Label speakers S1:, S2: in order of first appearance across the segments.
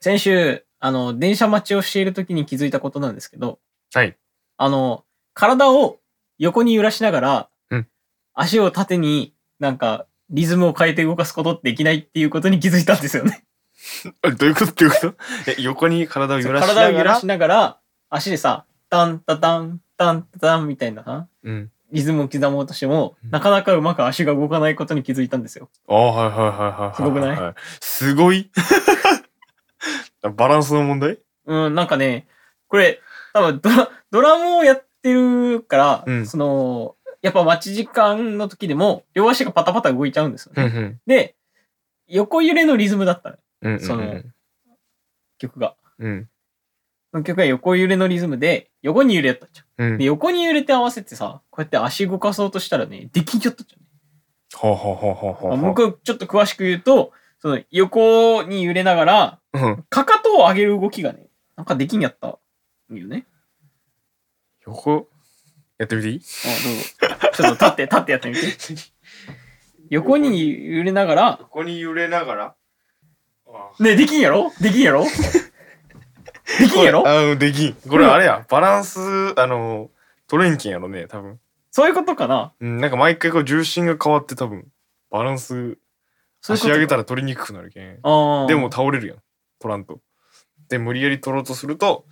S1: 先週、あの、電車待ちをしている時に気づいたことなんですけど、
S2: はい。
S1: あの、体を横に揺らしながら、
S2: うん
S1: 足を縦になんかリズムを変えて動かすことってできないっていうことに気づいたんですよね。
S2: あどういうことどういうことえ、横に体 を揺らしながら。
S1: 体を揺らしながら、足でさ、タンタタン、タンタタンみたいなさ
S2: うん。
S1: リズムを刻もうとしても、
S2: うん
S1: なかなかうまく足が動かないことに気づいたんですよ。
S2: ああ、はいはいはいはい。
S1: すごくない
S2: いすごい バランスの問題
S1: うん、なんかね、これ、多分ドラ、ドラムをやってるから、
S2: うん
S1: その、やっぱ待ち時間の時でも、両足がパタパタ動いちゃうんですよね。
S2: ん
S1: で、横揺れのリズムだったの、
S2: うん。うん。
S1: その曲が。
S2: うん。
S1: その曲が横揺れのリズムで、横に揺れやったじゃ。
S2: うんん
S1: で、。横に揺れて合わせてさ、こうやって足動かそうとしたらね、できんちゃったじゃん。
S2: ほうほうほうほうほうほう。
S1: まあ僕、ちょっと詳しく言うと、その横に揺れながら、
S2: うん。
S1: かかとを上げる動きがね、なんかできんやったんよね。
S2: 横、やってみていい
S1: あ、どうぞ。ちょっと立って、立ってやってみて。横に揺れながら、
S2: 横に揺れながら。あ
S1: ねえできんやろできんやろできんやろ
S2: あできん。これあれや、バランス、あの、取れんけんやろね、多分。
S1: そういうことかな
S2: うん、なんか毎回こう重心が変わって多分、バランス、
S1: そういうこ
S2: 足
S1: と
S2: 上げた
S1: ら。
S2: ら取りにくくなるけん。
S1: ああ。
S2: でも、倒れるやん、取らんと。で、無理やり取ろうとすると、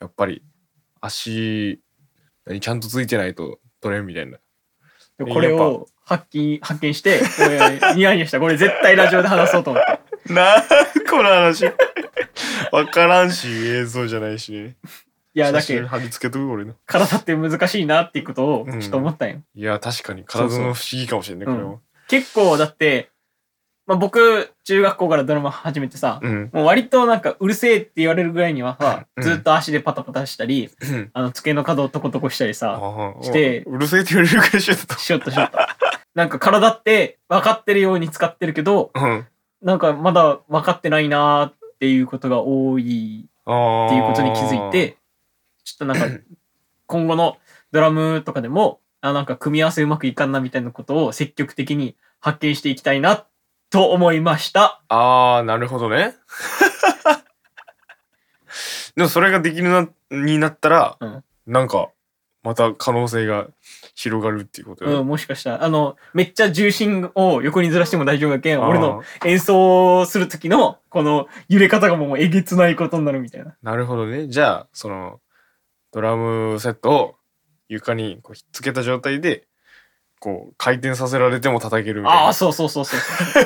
S2: やっぱり、足、何ちゃんとついてないと取れんみたいな。
S1: これを発見、発見して、これニヤニヤした。これ絶対ラジオで話そうと思って。
S2: なあ、この話。 わからんし、映像じゃないしね。
S1: いや、だけ
S2: 写真
S1: ど
S2: 貼り付けとく俺の。
S1: 体って難しいなっていうことをちょっと思ったんよ。
S2: いや、確かに体の不思議かもしれんね、こ
S1: そう
S2: れ
S1: そう
S2: は。
S1: 結構だって、まあ、僕、中学校からドラマ始めてさ、
S2: うん。
S1: もう割となんかうるせえって言われるぐらいにはさ、
S2: うん
S1: ずっと足でパタパタしたり、あの机の角をトコトコしたりさ、
S2: ああ
S1: して
S2: うるせえって言われる会社だと。
S1: しよっとしよっと。 なんか体って分かってるように使ってるけど、
S2: うん。
S1: なんかまだ分かってないなーっていうことが多い
S2: ああ。
S1: っていうことに気づい。て、ちょっとなん か今後のドラムとかでも、あなんか組み合わせうまくいかんなみたいなことを積極的に発見していきたいなと思いました。
S2: ああ、なるほ どね。でもそれができるな、になったら、
S1: うん
S2: なんか、また可能性が広がるっていうこと
S1: うん、もしかしたら、あの、めっちゃ重心を横にずらしても大丈夫だけん、
S2: あー
S1: 俺の演奏する時のこの揺れ方がもうえげつないことになるみたいな。
S2: なるほどね。じゃあ、その、ドラムセットを床にこうひっつけた状態で、こう、回転させられても叩けるみたい
S1: ああー、
S2: な。
S1: そうそうそうそうそう。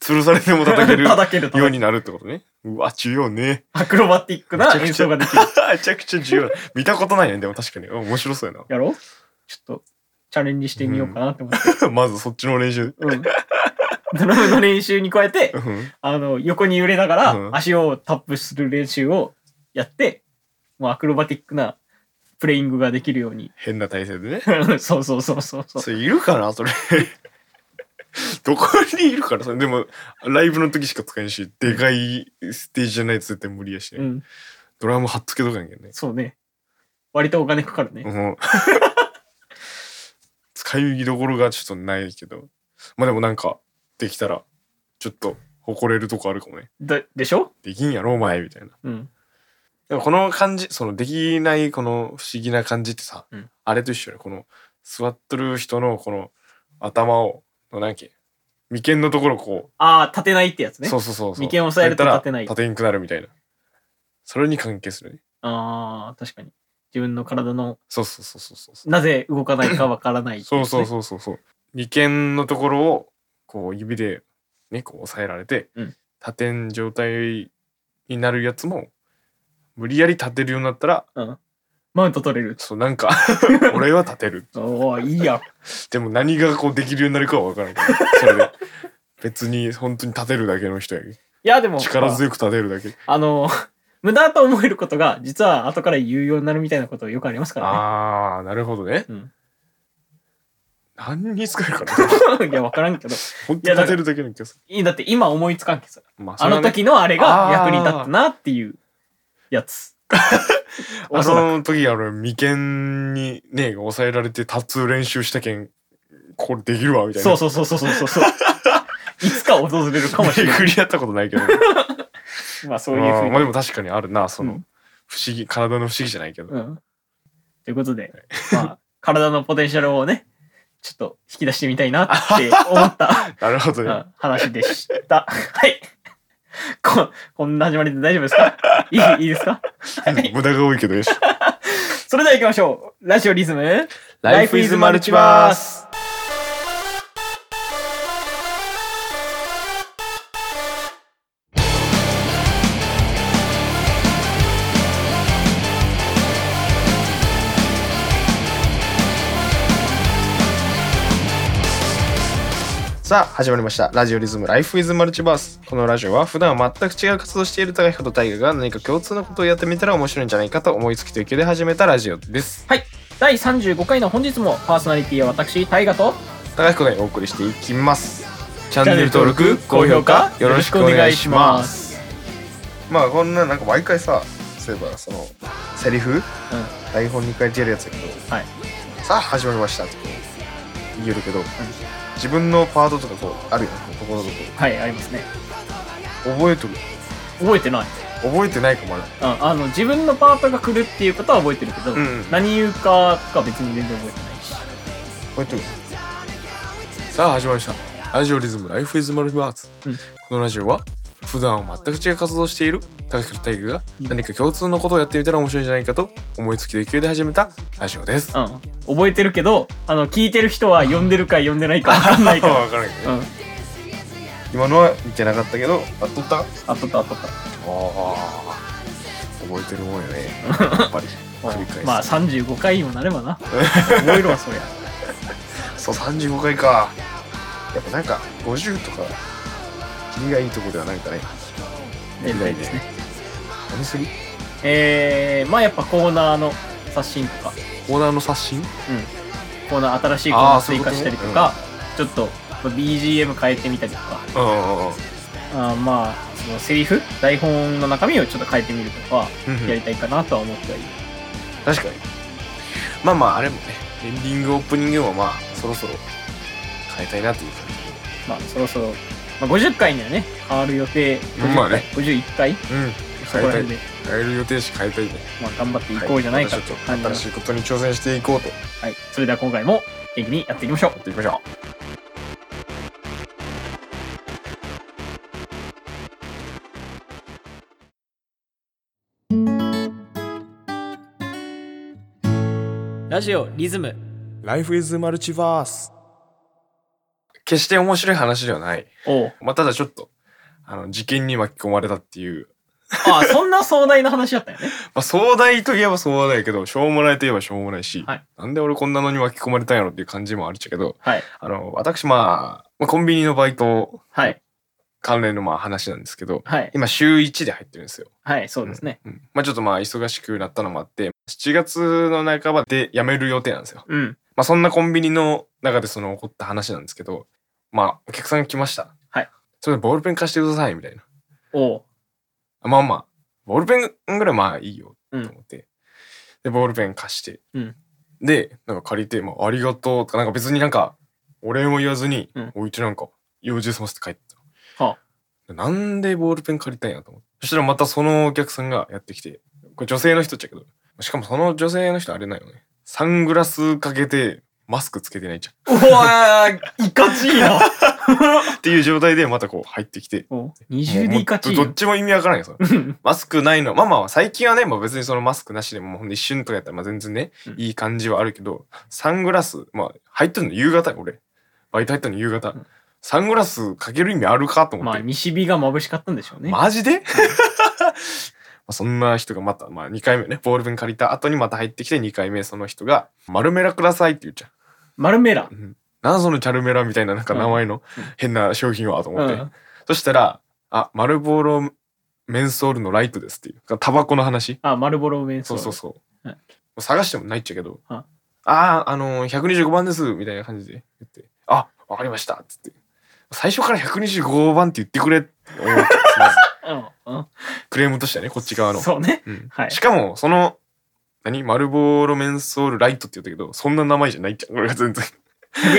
S2: 吊るされても叩 けるよ
S1: 叩ける叩ける
S2: うになるってことね。うわ、重要ね。
S1: アクロバティックな演奏ができる。
S2: めちゃくちゃ重要。見たことないね。でも確かに。うん面白そうや
S1: やろうちょっとチャレンジしてみようかなって思って。
S2: な。まずそっちの練習。
S1: うん。 ドラムの練習に加えて
S2: う、ん
S1: あの、横に揺れながら
S2: うん
S1: 足をタップする練習をやって、もうアクロバティックなプレイングができるように。
S2: 変な体勢でね。
S1: そうそうそうそうそう。
S2: それいるかなそれ。 どこにいるからそれ。でも、ライブの時しか使えんし、でかいステージじゃないと絶対無理やしね、
S1: うん。
S2: ドラム貼っつけとかんけんね。
S1: そうね。割とお金かかるね。
S2: うん 使いどころがちょっとないけど。まあでもなんか、できたら、ちょっと誇れるとこあるかもね。
S1: ででしょ
S2: できんやろ、お前、みたいな。
S1: うん。
S2: でもこの感じ、そのできないこの不思議な感じってさ、
S1: うん
S2: あれと一緒よね。この座っとる人のこの頭を、のなんやっけ、眉間のところこう、
S1: ああ、立てないってやつね。
S2: そうそうそうそう。
S1: 眉間を押さえると立てない
S2: 立てんくなるみたいな。それに関係するね。
S1: ああ、確かに。自分の体の
S2: そうそうそうそうそう。
S1: なぜ動かないかわからない、
S2: そうそうそうそうそう。眉間のところをこう指でねこう押さえられて、
S1: うん
S2: 立てん状態になるやつも無理やり立てるようになったら
S1: う。うん。マウント取れる。
S2: そうな んか俺は立てる。
S1: おおいいやん。
S2: でも何がこうできるようになるかは分からんけどそ れで。別に本当に立てるだけの人やけ
S1: いやでも
S2: 力強く立てるだけ
S1: あの 無駄と思えることが実は後から有用になるみたいなことよくありますからね。
S2: ああなるほどね、
S1: うん
S2: 何に使えるかな
S1: いや分からん けど
S2: 本当に立てるだけの気がす
S1: いいんだって今思いつかんけどさ
S2: る、まあそ
S1: あ
S2: れは
S1: の
S2: ね
S1: 時のあれが
S2: あー
S1: 役に立ったなっていうやつ。
S2: あ
S1: おそらく
S2: の時あの眉間にね抑えられて立つ練習したけんこれできるわみたいな
S1: そう そうそうそうそうそう。いつか訪れるかもしれない。
S2: 巡り合ったことないけど
S1: まあそういうふう
S2: あー
S1: に
S2: まあでも確かにあるな、その、
S1: うん
S2: 不思議、体の不思議じゃないけど。
S1: うん。ということで、まあ、体のポテンシャルをね、ちょっと引き出してみたいなって思 った、
S2: なるほど
S1: う
S2: ね。
S1: ん話でした。はい。ここんな始まりで大丈夫です かいいいいですかはい
S2: 無駄が多いけどよし。
S1: それでは行きましょう。ラジオリズム。
S2: Life is Multiverse。さあ始まりましたラジオリズム Life is Multiverse このラジオは普段は全く違う活動をしている高彦と大我が何か共通のことをやってみたら面白いんじゃないかと思いつきという気で始めたラジオです
S1: はい。第35回の本日もパーソナリティは私、大河と、
S2: 高彦がお送りしていきますチャン
S1: チャン
S2: ネ
S1: ネ
S2: ル
S1: ル
S2: 登
S1: 登
S2: 録
S1: 録
S2: 高評価よろしくお願いしま
S1: よろ
S2: すまあこんななんか毎回さそういえばそのセリフ
S1: う
S2: 台本に書いてやるやつだけど
S1: ん。はい。
S2: さあ始まりましたってこう言えるけど、自分のパートとかこうあるよねこうところどこ
S1: はい、ありますね。
S2: ろ覚えてる
S1: 覚えてない。
S2: 覚えてないかもある
S1: うん、あの、自分のパートが来るっていうことは覚えてるけど、
S2: うん
S1: 何言うかが別に全然覚えてないし。
S2: 覚えてるさあ始まりましたラジオリズムライフイズマルチバーツ、
S1: うん
S2: このラジオは普段は全く違う活動をしている高橋大輝が
S1: うん
S2: 何か共通のことをやってみたら面白いんじゃないかと思いつきで勢いで始めたラジオです
S1: うん、覚えてるけどあの聞いてる人は呼んでるか呼んでないか分かんないから、
S2: 分からんけどね
S1: う ん、
S2: 今のは見てなかったけどあっとったあ
S1: あっとったあっとった
S2: あ覚えてるもんよ ねやっぱり繰り返す
S1: まあ35回にもなれ ばな覚えるわそりゃ
S2: そう35回かやっぱなんか50とか切りがいいとこではないかね
S1: 全体ですね
S2: 何する
S1: えー、まあやっぱコーナーの刷新とか、
S2: オーナーの刷新
S1: うん、コーナー新しいコーナ
S2: あー
S1: ー追加したりとかちょっとまあ BGM 変えてみたりとか
S2: うんうんうん
S1: あーまあそのセリフ台本の中身をちょっと変えてみるとか
S2: うんうん
S1: やりたいかなとは思ってはいる、
S2: 確かにまあまああれもねエンディングオープニングもまあそろそろ変えたいなっていう感
S1: まあそろそろ、まあ、50回にはね変わる予定50
S2: まあね
S1: 回51回
S2: じうん
S1: そこ
S2: 変え
S1: ら
S2: たい
S1: 辺で
S2: 変える予定し変えたいね
S1: まあ、頑張っていこうじゃないか
S2: はま
S1: と
S2: た
S1: いう
S2: ちょ
S1: 感
S2: っ
S1: じ
S2: と
S1: の
S2: 新しいことに挑戦していこうとや
S1: はい、それでは今回も元気にやっていきましょう
S2: っていきましょ
S1: ラジオリズム
S2: う Life is Multiverse 決して面白い話ではない
S1: おう
S2: まあただちょっとあの事件に巻き込まれたっていう
S1: ああそんな壮大な話だったよね
S2: まあ、壮大といえば壮大やけど、しょうもないといえばしょうもないし、
S1: はい
S2: なんで俺こんなのに巻き込まれたんやろっていう感じもあるっちゃけど、
S1: はい
S2: あの、私、まあ、まあ、コンビニのバイト
S1: はい
S2: 関連のまあ話なんですけど、
S1: はい
S2: 今週1で入ってるんですよ。
S1: はいそうですね
S2: うんまあちょっとまあ忙しくなったのもあって、7月の半ばで辞める予定なんですよ。
S1: うん
S2: まあそんなコンビニの中でその起こった話なんですけど、まあお客さんが来ました。
S1: はい。
S2: それでボールペン貸してください、みたいな。
S1: おう
S2: まあまあ、ボールペンぐらいまあいいよと
S1: うん
S2: 思って、で、ボールペン貸して、
S1: うん
S2: で、なんか借りて、まあ、ありがとうとか、なんか別になんか、お礼も言わずに
S1: うん、
S2: おいてなんか、用事済ませて帰った。
S1: は
S2: でなんでボールペン借りたんやと思って。そしたらまたそのお客さんがやってきて、これ女性の人っちゃけど、しかもその女性の人あれないよね。サングラスかけて、マスクつけてないじゃん。
S1: おわーいかちいな
S2: っていう状態でまたこう入ってきて。
S1: おう二重
S2: も
S1: で
S2: う
S1: いかちい
S2: どっちも意味わからんよ、それ
S1: うん
S2: マスクないの。まあまあ、最近はね、まあ、別にそのマスクなしでも、ほんで一瞬とかやったら、まあ全然ね、
S1: うん
S2: いい感じはあるけど、サングラス、まあ、入ってるの夕方よ、俺。バイト入ったの夕方。
S1: ん
S2: サングラスかける意味あるかと思
S1: ま
S2: っ
S1: あ
S2: て。
S1: 西日が眩しかったんでしょうね、
S2: マジで まあそんな人がまた、まあ2回目ね、ボールペン借りた後にまた入ってきて2回目、その人が、丸メラくださいって言っちゃ
S1: マルメラ
S2: う。うんなんそのチャルメラみたいな、なんか名前の
S1: うん
S2: 変な商品はと
S1: う
S2: 思って。
S1: ん
S2: そしたら、あ、丸ボーロメンソールのライトですっていう。タバコの話。
S1: あマルボロメンソ
S2: そ
S1: ール
S2: うそうそう。
S1: はい
S2: 探してもないっちゃけど、
S1: は
S2: ああー、あのー、125番です、みたいな感じで言って、あ、わかりました、っつって。最初から125番って言ってくれ って思っちゃうまず
S1: うんうん
S2: クレームとしてはね、こっち側の。
S1: そうね
S2: うん
S1: はい
S2: しかも、その、何マルボーロメンソールライトって言ったけど、そんな名前じゃないじゃん、俺が全然。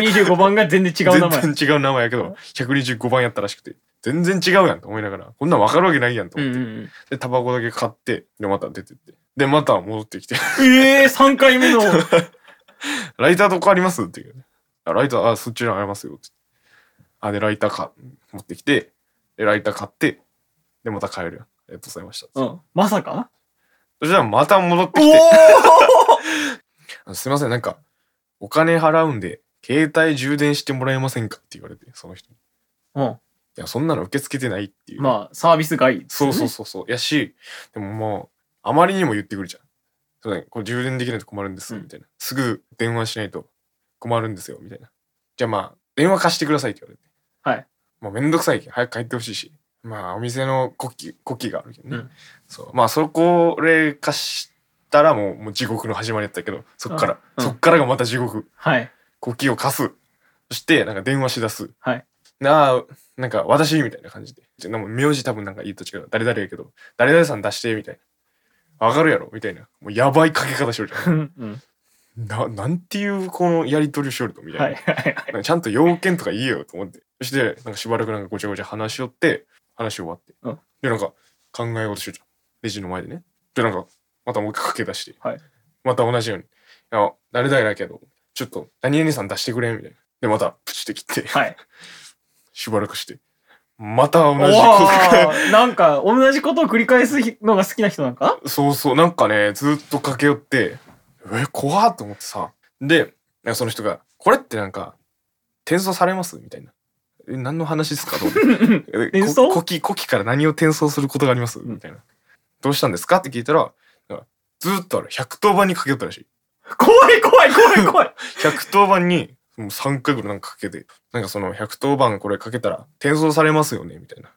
S1: 125番が全然違う名前。
S2: 全然違う名前やけど125番やったらしくて全然違うやんと思いながらこんなん分かるわけないやんと
S1: うん
S2: 思
S1: う
S2: っ
S1: ん
S2: て、
S1: うん、
S2: でタバコだけ買ってでまた出てってでまた戻ってきて
S1: ええー、3回目の。
S2: ライターどこありますって言うあライターあそっちにありますよってあでライターか持ってきてでライター買ってでまた帰るやんありがとうございました、
S1: うん、まさか
S2: そしたらまた戻って
S1: お
S2: きて
S1: お
S2: あすいません、なんか、お金払うんで、携帯充電してもらえませんかって言われて、その人に。
S1: うん、
S2: いや、そんなの受け付けてないっていう。
S1: まあ、サービス外。
S2: そうそうそうそう。やし、でももう、あまりにも言ってくるじゃん。そうね、これ充電できないと困るんです、
S1: うん
S2: みたいな。すぐ電話しないと困るんですよ、みたいな。じゃあまあ、電話貸してくださいって言われて。
S1: はい。
S2: もうめんどくさいけん早く帰ってほしいし。まあ、お店のコキ、コキがあるけどね。
S1: うん
S2: そう。まあ、そこで貸したらもう、もう地獄の始まりやったけど、そっから、
S1: うん
S2: そっからがまた地獄。
S1: はい。
S2: 呼吸を貸す。そして、なんか電話し出す。
S1: はい。
S2: なあ、なんか私みたいな感じで。でも名字多分なんか言いと違う。誰々やけど、誰々さん出して、みたいな。わかるやろみたいな。もうやばいかけ方しよるじ
S1: うん、
S2: ゃん。な、なんていうこのやりとりをしよると、みたいな。
S1: はいはいはい。
S2: なんかちゃんと要件とか言えよと思って。そして、なんかしばらくなんかごちゃごちゃ話しよって、話終わって。
S1: うん
S2: で、なんか考え事しようじゃん。レジの前でね。で、なんか、またもう一回駆け出して。
S1: はい
S2: また同じように。いや、誰々だけど、ちょっと、何々さん出してくれ、みたいな。で、また、プチって切って、
S1: はい。
S2: しばらくして。また同
S1: お
S2: じこと
S1: ーなんか、同じことを繰り返すのが好きな人なんか
S2: そうそう、なんかね、ずっと駆け寄って、え、怖っと思ってさ。で、なんかその人が、これってなんか、転送されますみたいな。え、何の話ですかと思って。え
S1: 転送
S2: こ古希古希から何を転送することがあります
S1: うん
S2: みたいな。どうしたんですかって聞いたら、なんかずーっとある110番にかけたらしい。
S1: 怖い怖い怖い怖い。
S2: 110番にもう3回ぐらいなんかかけて、なんかその110番これかけたら転送されますよねみたいな。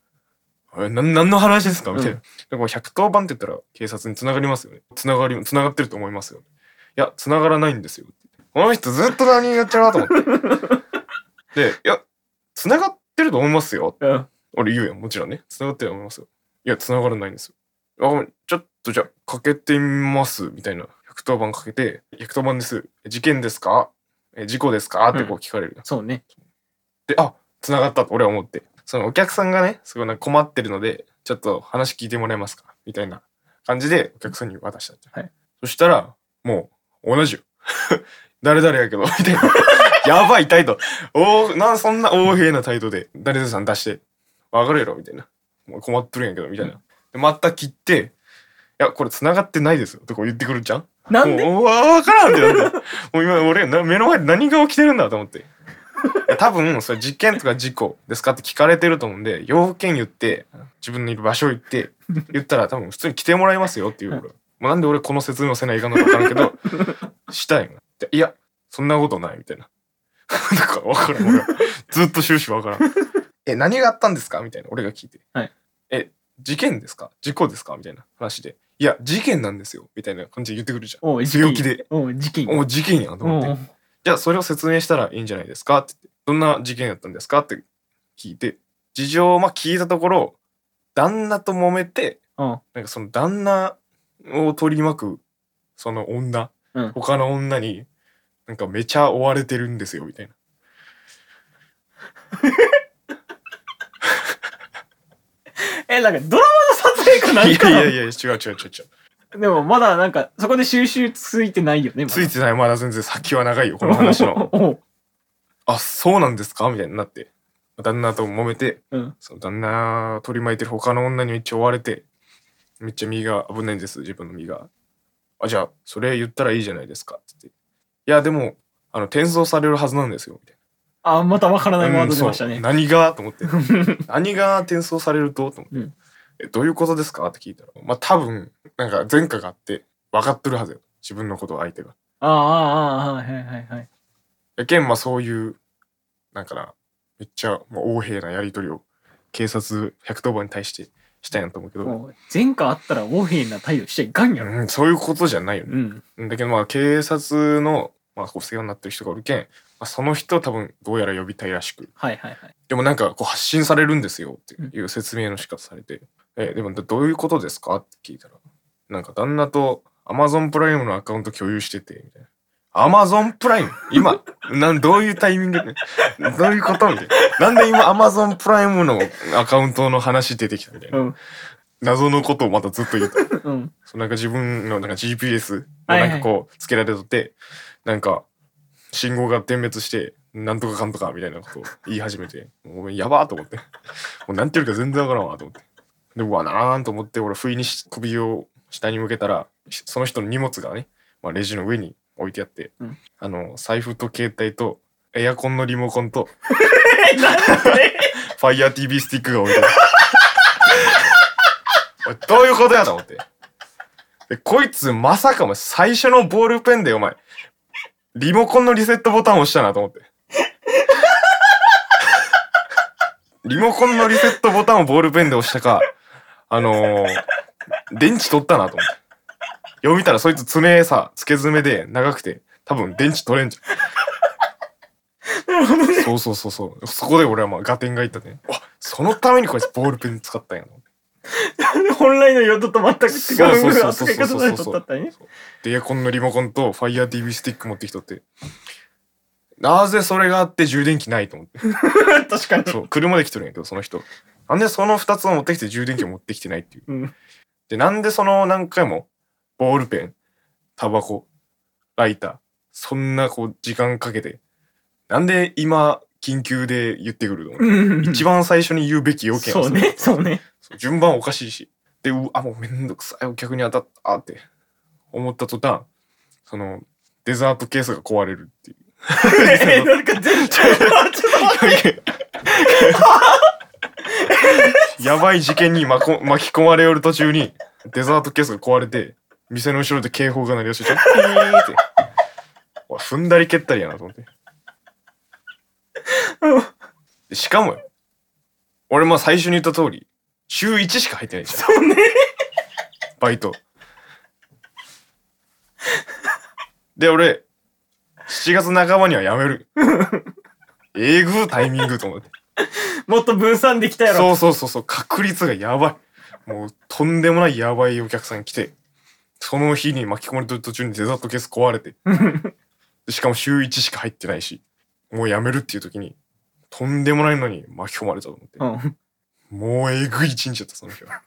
S2: え、なん、何の話ですかみたい
S1: う
S2: な。
S1: ん
S2: でこれ110番って言ったら警察に繋がりますよね。繋がり、繋がってると思いますよ。いや、繋がらないんですよ。この人ずっと何やっちゃうなと思って。 で、いや、繋がってると思いますよ。
S1: うん。
S2: 俺言うやん、もちろんね。繋がってると思いますよ。いや、繋がらないんですよ。あ、ごめんちょっとじゃあ、かけてみます、みたいな。110番かけて、110番です。事件ですかえ事故ですかってこう聞かれる。
S1: そうね。
S2: で、あ、繋がったと俺は思って。そのお客さんがね、すごいなんか困ってるので、ちょっと話聞いてもらえますかみたいな感じでお客さんに渡したんじゃん
S1: はい
S2: そしたら、もう、同じよ。 誰々やけど、みたいな。 やばい態度。おーなんそんな横柄な態度で、誰々さん出して、わかるやろみたいな。もう困っとるんやけど、みたいな。で、また切って、いや、これ繋がってないですよ。とか言ってくるじゃん
S1: なんで
S2: もううわわからんってなってもう今俺な目の前で何が起きてるんだと思っていや多分それ実験とか事故ですかって聞かれてると思うんで要件言って自分のいる場所行って言ったら多分普通に来てもらいますよっていう俺もうなんで俺この説明をせないかんのか分からん けどしたいのでいやそんなことないみたいな なんか分からん俺はずっと終始分からん え何があったんですかみたいな俺が聞いて、
S1: はい
S2: え事件ですか事故ですかみたいな話でいや事件なんですよみたいな感じで言ってくるじゃん
S1: おう、
S2: 強気で。
S1: おう、時期。
S2: お事件やんと思って、
S1: おう
S2: じゃあそれを説明したらいいんじゃないですかって言ってどんな事件やったんですかって聞いて事情をまあ聞いたところ旦那と揉めて
S1: うん。
S2: なんかその旦那を取り巻くその女、
S1: うん
S2: 他の女になんかめちゃ追われてるんですよみたいな。
S1: え、なんかドラマの撮影か ないんかな
S2: やいやいや違う違う違う違う
S1: でもまだなんか、そこで収集ついてないよね。まだ。
S2: ついてないまだ全然先は長いよこの話の
S1: おう
S2: あそうなんですかみたいになって旦那と揉めて
S1: うん。
S2: その旦那を取り巻いてる他の女にめっちゃ追われてめっちゃ身が危ないんです自分の身があじゃあそれ言ったらいいじゃないですかって言っていやでもあの転送されるはずなんですよみたい
S1: あ、またわからない
S2: な
S1: ワ
S2: う
S1: ー
S2: ん
S1: ド出
S2: そう
S1: ましたね。
S2: 何がと思って何が転送されるとと思って、
S1: うん
S2: えどういうことですかって聞いたらまあ多分なんか前科があって分かってるはずよ自分のことを相手が
S1: ああ、ああ、はいはいはいはい。
S2: やけんまあそういうなんかなめっちゃもう横柄なやり取りを警察110番に対してしたんやと思うけど、
S1: もう前科あったら横柄な態度しちゃいかんやろ。
S2: うん、そういうことじゃないよ
S1: う
S2: ね。
S1: ん。
S2: だけどまあ警察の、まあ、こう世話になってる人がおるけん、まあ、その人を多分どうやら呼びたいらしく
S1: はいはいはい。
S2: でもなんかこう発信されるんですよっていう説明の仕方されて「えでもどどういうことですか?」って聞いたらなんか旦那と Amazon プライムのアカウント共有しててみたいな「アマゾンプライム今なんどういうタイミングでどういうことみたいな。なんで今アマゾンプライムのアカウントの話出てきたみたいな。
S1: うん。
S2: 謎のことをまたずっと言って
S1: うん。
S2: そうなんか自分のなんか GPS を
S1: はいは
S2: ないんかこうつけられとって、なんか信号が点滅してなんとかかんとかみたいなことを言い始めて もうやばーと思ってもうなんていうか全然わからんわと思ってでうわなーんと思って俺不意にし首を下に向けたらしその人の荷物がね、まあ、レジの上に置いてあって、
S1: うん
S2: あの財布と携帯とエアコンのリモコンと
S1: え、 なん で
S2: FireTV スティックが置いてある。 おいどういうことやと思って。でこいつまさかも最初のボールペンでお前、リモコンのリセットボタン押したなと思って。 リモコンのリセットボタンをボールペンで押したか、あのー、電池取ったなと思って。読みたらそいつ爪さ、付け爪で長くて、多分電池取れんじゃん。
S1: なるほどね。
S2: そうそうそうそう。そこで俺はまあガテンがいったね。あそのためにこいつボールペン使ったんやな。
S1: 本来の用途と全く違
S2: そう
S1: う
S2: そうそ
S1: 扱
S2: う
S1: い
S2: そ
S1: 方
S2: うそう
S1: で取ったったね。
S2: で、エアコンのリモコンと FireTV スティック持ってきとって。なぜそれがあって充電器ないと 思って。
S1: 確かに。
S2: そう、車で来てるんやけど、その人。なんでその2つを持ってきて充電器を持ってきてないっていう。
S1: うん。
S2: で、なんでその何回も、ボールペン、タバコ、ライター、そんなこう時間かけて、なんで今、緊急で言ってくるの、一
S1: 番
S2: 番最初に言うべき要件
S1: そうね。そう ね。
S2: そう順番おかしいし。で、うあ、もうめんどくさい、お客に当たったって思った途端、その、デザートケースが壊れるっていう。
S1: えー、 なんか全然、ちょっと待って。
S2: やばい事件に巻こ巻き込まれよる途中に、デザートケースが壊れて、店の後ろで警報が鳴り出して、ちょっとピーって。おい踏んだり蹴ったりやなと思って。
S1: うん
S2: でしかもよ、俺も最初に言った通り、週1しか入ってないじゃん。
S1: そうね。
S2: バイト。で、俺、7月半ばには辞 める。えぐうタイミングと思って。
S1: もっと分散できたやろ。
S2: そうそうそうそう、確率がやばい。もう、とんでもないやばいお客さん来て、その日に巻き込まれてる途中にデザートケース壊 れて、でしかも週1しか入ってないし、もう辞めるっていう時に、とんでもないのに巻き込まれたと思って。
S1: うん。
S2: もうえぐい一日だった、その日は。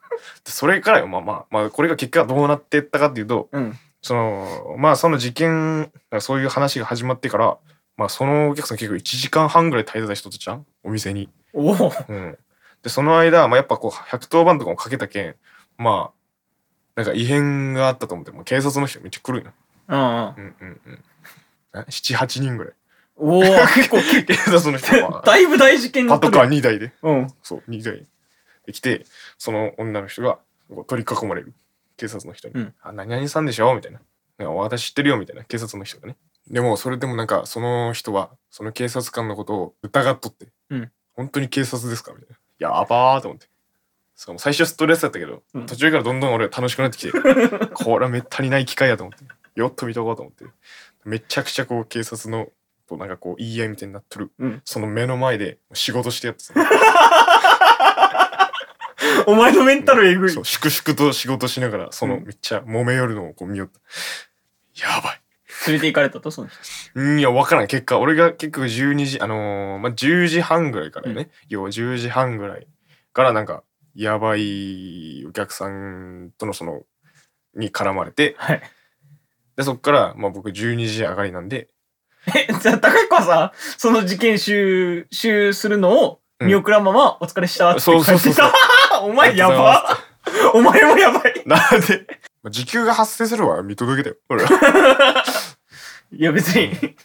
S2: でそれからよ、まあまあ、まあ、これが結果どうなってったかっていうと、
S1: うん。
S2: そのまあその事件そういう話が始まってからまあそのお客さん結構1時間半ぐらい滞在した人とじゃんお店に。
S1: おお。
S2: うん、でその間、まあ、やっぱこう110番とかもかけたけんまあなんか異変があったと思ってもう警察の人めっちゃ来るんよ。
S1: うん。
S2: うんうんうん、78人ぐらい
S1: おお。結構、
S2: 警察の人が
S1: だいぶ 大事件にな
S2: パ
S1: って
S2: ト
S1: る
S2: カー2台で
S1: うん。
S2: そう2台で来てその女の人がこう取り囲まれる警察の人に
S1: うん
S2: あ何々さんでしょ?」みたいな「なんか私知ってるよ」みたいな警察の人がねでもそれでもなんかその人はその警察官のことを疑っとって「
S1: うん
S2: 本当に警察ですか?」みたいな「やばー」と思って。そうもう最初ストレスだったけど、
S1: うん
S2: 途中からどんどん俺楽しく なってきてこれはめったにない機会やと思ってよっと見とこうと思ってめちゃくちゃこう警察のとなんかこう言い合いみたいになっとる、
S1: うん
S2: その目の前で仕事してやってた
S1: お前のメンタルえぐい
S2: そ。う、粛々と仕事しながら、その、
S1: うん
S2: めっちゃ揉め寄るのをこう見よった。やばい。
S1: 連れて行かれたと、その人。
S2: うん、いや、わからん。結果、俺が結局12時、あのーまあ、10時半ぐらいからね、要は10時半ぐらいからなんか、やばいお客さんとのその、に絡まれて、
S1: はい。
S2: で、そっから、まあ、僕12時上がりなんで、
S1: え、 じゃあ、高彦はさ、その事件収、集するのを見送らんままお疲れしたって
S2: そう
S1: 帰
S2: そう
S1: っ
S2: そう
S1: て
S2: そう
S1: た。 お前やば。お前もやばい。
S2: なんで、まあ、時給が発生するわ、見届けたよ。俺 は
S1: いや、別に。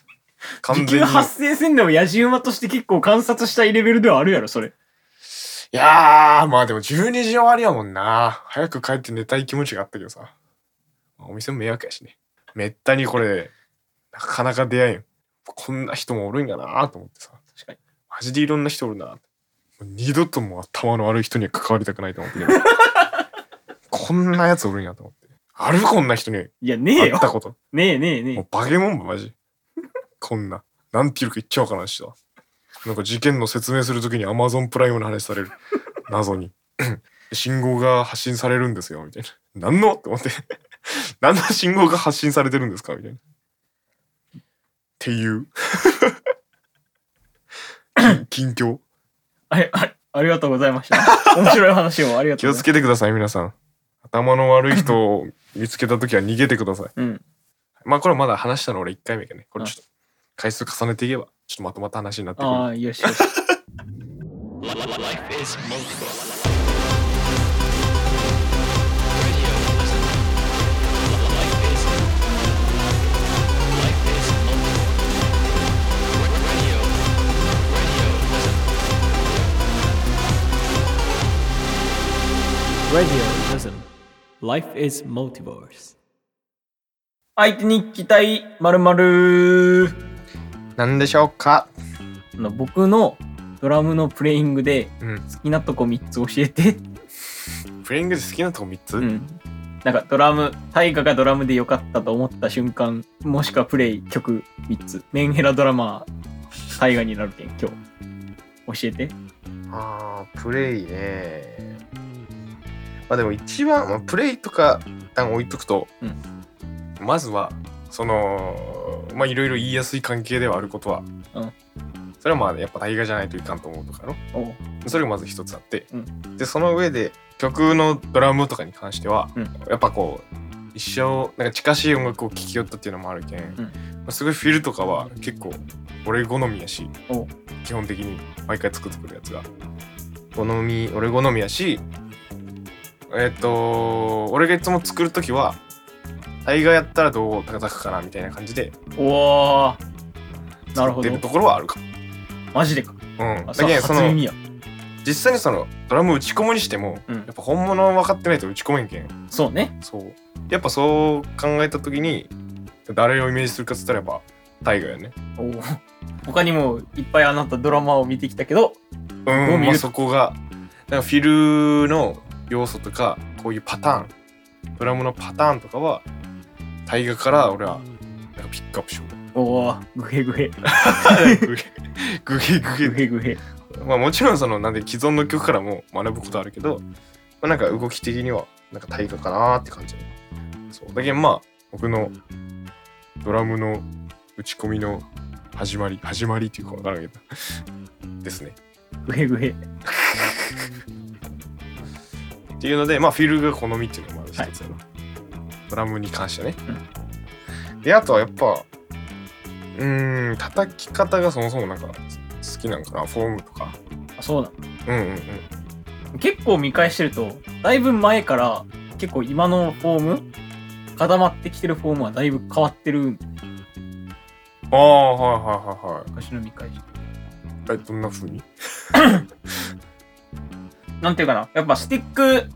S2: 完
S1: 時給
S2: 全に。
S1: 発生せんでも野じ馬として結構観察したいレベルではあるやろ、それ。
S2: いやー、まあでも12時終わりやもんな。早く帰って寝たい気持ちがあったけどさ。まあお店も迷惑やしね。めったにこれ、なかなか出会えん。こんな人もおるんやなと思ってさ。
S1: 確かに。
S2: マジでいろんな人おるな。もう二度ともう頭の悪い人には関わりたくないと思っ てけど。こんなやつおるんやと思って。あるこんな人に
S1: いや、ねえ
S2: 会っ
S1: よ。
S2: たこと。
S1: ねえねえね
S2: も
S1: え
S2: う。バケモンばマジ。 こんな。なんていうか言っちゃわからんしさ。なんか事件の説明するときに Amazon プライムの話される。 謎に。 信号が発信されるんですよ、みたい な。何のって思って。何の信号が発信されてるんですかみたいな。ていう 近況
S1: あれ、あれ、ありがとうございました。面白い話をありがと
S2: 気
S1: うござい
S2: をつ
S1: ます。
S2: けてください皆さん頭の悪い人を見つけた時は逃げてください
S1: うん。
S2: まあこれまだ話したの俺1回目やけどねこれちょっと回数重ねていけばちょっとまとまった話になってくる
S1: ああ、よしよし。Radioism. Life is multiverse. 相手に期待まるまる
S2: なんでしょうか
S1: の僕のドラムのプレイングで
S2: うん
S1: 好きなとこ3つ教えて、
S2: プレイングで好きなとこ3つ、
S1: うん、なんかドラム大河がドラムで良かったと思った瞬間もしくはプレイ曲3つメンヘラドラマー大河になるけん今日教えて
S2: ああプレイねまあでも一番、まあ、プレイとか一旦置いとくと、
S1: うん
S2: まずはそのまあいろいろ言いやすい関係ではあることは、
S1: うん
S2: それはまあやっぱ大河じゃないといかんと思うとかの
S1: おう
S2: それがまず一つあって、
S1: う
S2: でその上で曲のドラムとかに関しては、
S1: うん
S2: やっぱこう一生なんか近しい音楽を聴き寄ったっていうのもあるけん、
S1: うん
S2: まあすごいフィルとかは結構俺好みやし
S1: おう
S2: 基本的に毎回作ってくるやつが好み俺好みやしえっ、と俺がいつも作る時は大河やったらどう叩くかなみたいな感じで
S1: おーなる
S2: 作っ
S1: ほ
S2: て
S1: ど
S2: るところはあるか
S1: マジでか
S2: うんだ
S1: あそう
S2: けどそ
S1: 初
S2: の
S1: 耳や
S2: 実際にそのドラム打ち込むにしても、
S1: うん
S2: やっぱ本物分かってないと打ち込めんけん
S1: そうね
S2: そうやっぱそう考えた時に誰をイメージするかっつったらやっぱ大河やね
S1: おう他にもいっぱいあなたドラマを見てきたけど
S2: う、
S1: どうん見
S2: まあ、
S1: る
S2: そこがなんかフィルの要素とかこういうパターンドラムのパターンとかは大河から俺はなんかピックアップしよう
S1: おおグヘグヘ
S2: グゲ
S1: グ
S2: グゲグゲ
S1: ヘグヘ
S2: まあもちろんそのなんで既存の曲からも学ぶことあるけど、まあ、なんか動き的にはなんか大河かなーって感じそうだけどまあ僕のドラムの打ち込みの始まり始まりっていうかわからんけどですね
S1: グヘグヘ
S2: っていうので、まあ、フィルが好みっていうのもある一
S1: はい
S2: つやな、ドラムに関してね、であとはやっぱうーん叩き方がそもそもなんか好きなんかなフォームとか
S1: あそうな
S2: うんうんうん
S1: 結構見返してるとだいぶ前から結構今のフォーム固まってきてるフォームはだいぶ変わってる
S2: ああはいはいはいは
S1: 昔の見返し
S2: いえどんな風に
S1: なんていうかなやっぱスティック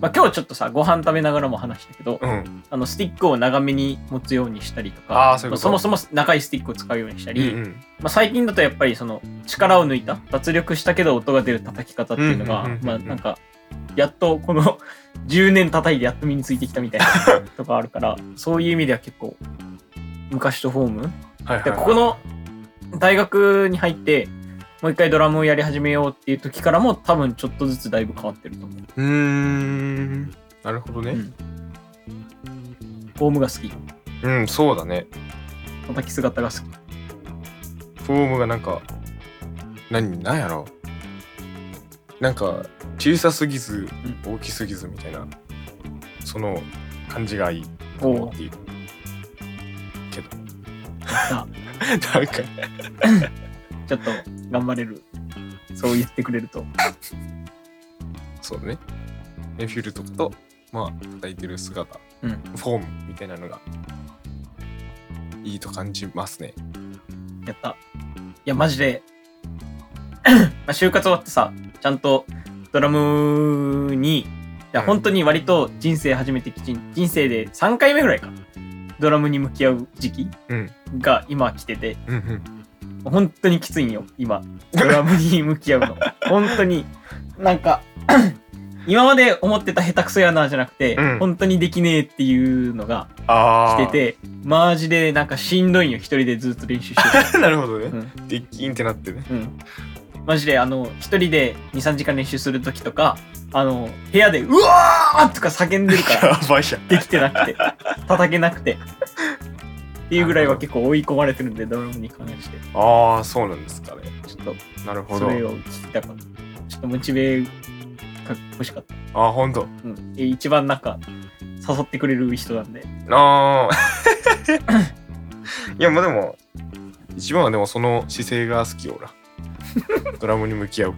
S1: まあ今日ちょっとさご飯食べながらも話したけど
S2: うん
S1: あのスティックを長めに持つようにしたりとか
S2: あーそういうこと
S1: まあそもそも長いスティックを使うようにした
S2: うん
S1: り、
S2: うん
S1: まあ、最近だとやっぱりその力を抜いた脱力したけど音が出る叩き方っていうの
S2: うん
S1: が
S2: うんうんうん
S1: まあなんかやっとこの 10年叩いてやっと身についてきたみたいなとかあるからそういう意味では結構昔とフォーム
S2: はいはい
S1: で
S2: はい
S1: ここの大学に入ってもう一回ドラムをやり始めようっていう時からも多分ちょっとずつだいぶ変わってると思う
S2: うーんなるほどね
S1: フォームが好き
S2: うん、そうだね
S1: 叩き姿が好き
S2: フォームがなんか何なんやろなんか小さすぎず大きすぎずみたいな、その感じがいいと思っているけど
S1: さ
S2: なんか
S1: あちょっと頑張れるそう言ってくれると
S2: そうだねエフィルとかとまあ叩いてる姿、
S1: うん
S2: フォームみたいなのがいいと感じますね
S1: やった。いや、マジで、 まあ就活終わってさ、ちゃんとドラムに、いや、
S2: うん
S1: 本当に割と人生初めてきちん、人生で3回目ぐらいか、ドラムに向き合う時期
S2: うん
S1: が今来てて、
S2: うんうん
S1: 本当にきついんよ、今。ドラムに向き合う の。本当に、なんか、 今まで思ってた下手くそやなじゃなくて、
S2: うん
S1: 本当にできねえっていうのが
S2: あ
S1: 来てて、マジでなんかしんどいんよ、一人でずっと練習してて。
S2: てなるほどね、
S1: うん
S2: デッキンってなってね
S1: うん。マジで、あの、一人で2、3時間練習するときとか、あの、部屋で、う わーとか叫んでるから、
S2: ばいじゃん
S1: できてなくて、叩けなくて。っていうぐらいは結構追い込まれてるんで、ドラムに関して。
S2: ああ、そうなんですかね。
S1: ちょっと、
S2: なるほ
S1: そ
S2: ど。
S1: れを聞きたかった。ちょっとモチベが欲しかった。
S2: ああ、ほんと。
S1: うん。え一番なんか、誘ってくれる人なんで。
S2: あ ーいやまあでも一番はでもその姿勢が好きよ なドラムに向き合う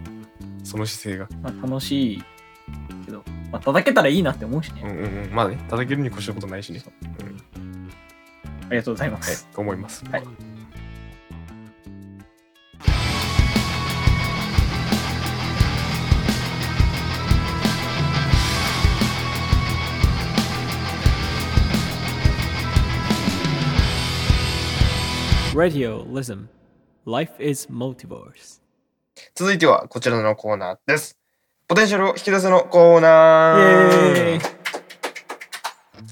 S2: その姿勢が
S1: まあ、楽しいけど、まあ、叩けたらいいなって思うし
S2: うん
S1: ね。
S2: うんうんまあね叩けるに越したことないしね、うん、
S1: ありがとうございま
S2: はい
S1: す。
S2: 思います、
S1: はいラディオ l i s m Life is Multiverse。
S2: 続いてはこちらのコーナーですポテンシャルを引き出せのコーナー
S1: イエーイ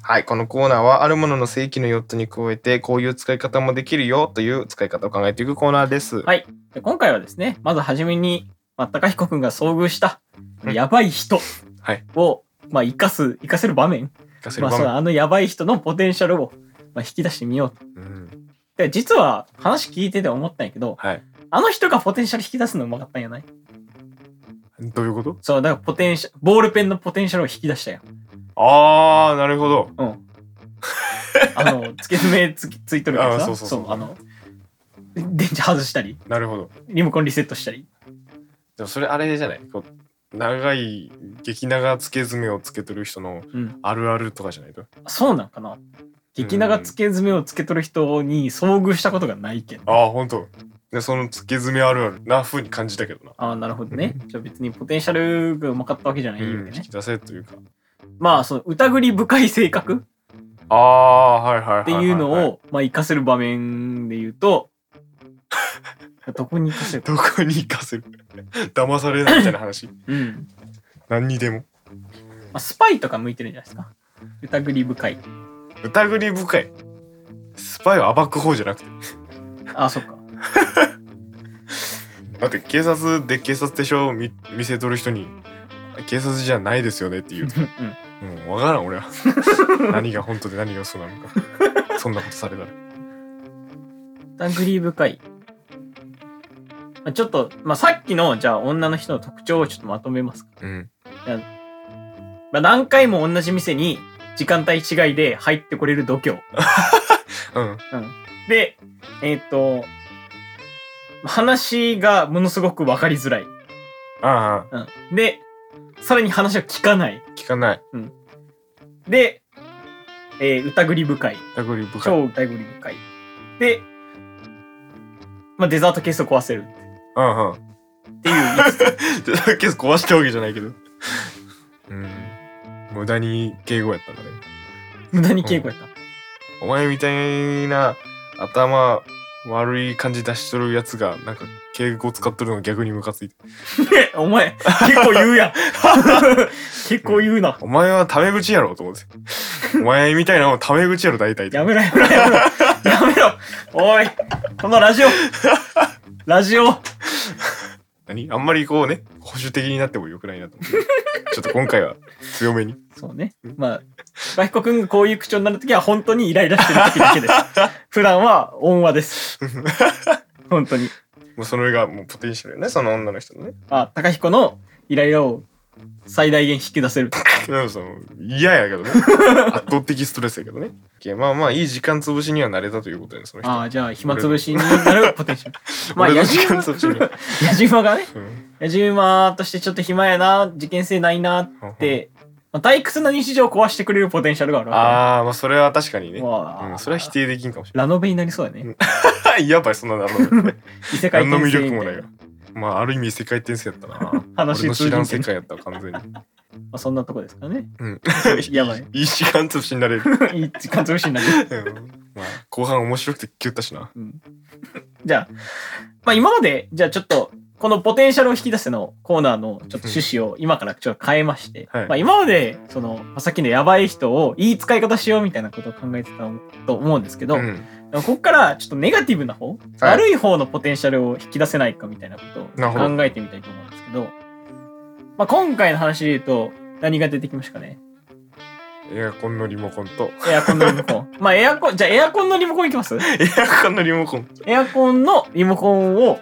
S2: はい、このコーナーはあるものの正規の用途に加えてこういう使い方もできるよという使い方を考えていくコーナーです。
S1: はいで今回はですね、まずはじめに、まあ、高彦くんが遭遇した
S2: う、ん
S1: やばい人
S2: はい
S1: を、まあ、生かす、生かせる場面。
S2: 聞かせる
S1: まあ、
S2: 場
S1: そ
S2: 面
S1: のあのやばい人のポテンシャルを、まあ、引き出してみようと。
S2: うん、
S1: で、実は話聞いてて思ったんやけど、
S2: はい。
S1: あの人がポテンシャル引き出すのうまかったんやない
S2: どういうこと
S1: そう、だからポテンシャル、ボールペンのポテンシャルを引き出したよ。
S2: ああ、なるほど。
S1: うん。あの、 付け爪つきついとるからさ。
S2: あそうそうそう
S1: あの、電池外したり、
S2: なるほど。
S1: リモコンリセットしたり。
S2: でもそれあれじゃないこう長い激長つけ爪をつけとる人の
S1: うん。
S2: あるあるとかじゃないと。
S1: そうなんかな激長付け爪をつけとる人に遭遇したことがないけど。
S2: ああ、ほんと。で、そのつけ爪あるあるな風に感じたけどな。
S1: ああ、なるほどね。じゃあ別にポテンシャルがうまかったわけじゃないよ
S2: うん
S1: ね
S2: 引。き出せというか。
S1: まあ、その疑り深い性格
S2: ああ、はいはいはいは
S1: っていうのを、
S2: はは
S1: まあ、活かせる場面で言うと、 どこに活かせるか。
S2: どこに行かせる 騙されないみたいな話。
S1: うん。
S2: 何にでも。
S1: まあ、スパイとか向いてるんじゃないですか。疑り深い。
S2: 疑り深い。スパイを暴く方じゃなくて。
S1: ああ、そっか。
S2: だって警察で警察手帳を見見せとる人に警察じゃないですよねっていう。
S1: うん。
S2: もう分からん俺は 何が本当で何が嘘なのかそんなことされたら
S1: 疑り深い。まあちょっと、まあ、さっきの、じゃあ、女の人の特徴をちょっとまとめますか。
S2: うん
S1: まあ、何回も同じ店に、時間帯違いで入ってこれる度胸。
S2: うん
S1: うん。で、えっ、と、話がものすごくわかりづらい。
S2: ああ
S1: うん。で、さらに話を聞かない。
S2: 聞かない
S1: で、えー疑り深い。
S2: 疑り深い
S1: 超疑り深い。で、まあ、デザートケースを壊せる
S2: うんうん
S1: っていう5つ。
S2: ケース壊したわけじゃないけどうん無駄に敬語やったんだね
S1: 無駄に稽古やった。
S2: お前みたいな頭悪い感じ出しとるやつがなんか敬語使っとるのが逆にムカついて
S1: え お前、結構言う やん。結構言うな。
S2: お前はタメ口やろと思ってお前みたいなのタメ口やろ大体
S1: やめろやめろやめろ。やめろ。おい、このラジオ。ラジオ。
S2: 何あんまりこうね保守的になってもよくないなと思って ちょっと今回は強めに
S1: そうね。まあ、バヒコ君がこういう口調になるときは本当にイライラしてるときだけ です。普段は温和です。本当に。
S2: もうそれがもうポテンシャルよねその女の人のね
S1: あ、高彦のイライラを最大限引き出せる。
S2: なんかその嫌やけど ね圧倒的ストレスやけどねいやまあまあいい時間潰しにはなれたということやねその人
S1: ああ、じゃあ暇つぶしになるポテンシャル。まあ、
S2: 俺の
S1: 矢
S2: 時間
S1: 島
S2: 潰 しに、
S1: 矢島がね、
S2: うん
S1: 矢島としてちょっと暇やな、事件性ないなって、まあ、退屈な日常を壊してくれるポテンシャルがあるわ
S2: ああまあそれは確かに
S1: け
S2: ね
S1: ね。わあ
S2: うん、それは否定できんかもしれ
S1: ラノベになりそうだね。
S2: ない。 やばい、そんなのあるの。
S1: 異世界
S2: 何の
S1: 転
S2: 魅
S1: 生
S2: 力
S1: み
S2: も
S1: た
S2: ないい
S1: な
S2: が。まあ、ある意味世界転生やったな。
S1: 話
S2: 俺の
S1: 通じて
S2: 知ら
S1: ね
S2: ん世界やった、完全に。
S1: まあ、そんなとこですかね。
S2: うん。
S1: やばい。
S2: いい時間潰しになれる。うん
S1: いい時間潰しになる。
S2: まあ、後半面白くてキュッたしな。
S1: うん じゃあ、まあ今まで、じゃあちょっと、このポテンシャルを引き出せのコーナーのちょっと趣旨を今からちょっと変えまして、
S2: はい
S1: まあ今まで、その、まあさっきのやばい人をいい使い方しようみたいなことを考えてたと思うんですけど、
S2: うん
S1: ここからちょっとネガティブな方、悪い方のポテンシャルを引き出せないかみたいなことを
S2: なるほど
S1: 考えてみたいと思うんですけど、まあ今回の話で言うと、何が出てきましたかね
S2: エアコンのリモコンと
S1: エアコンのリモコン。まあ、エアコン、じゃあエアコンのリモコンいきます
S2: エアコンのリモコン
S1: エアコンのリモコンを、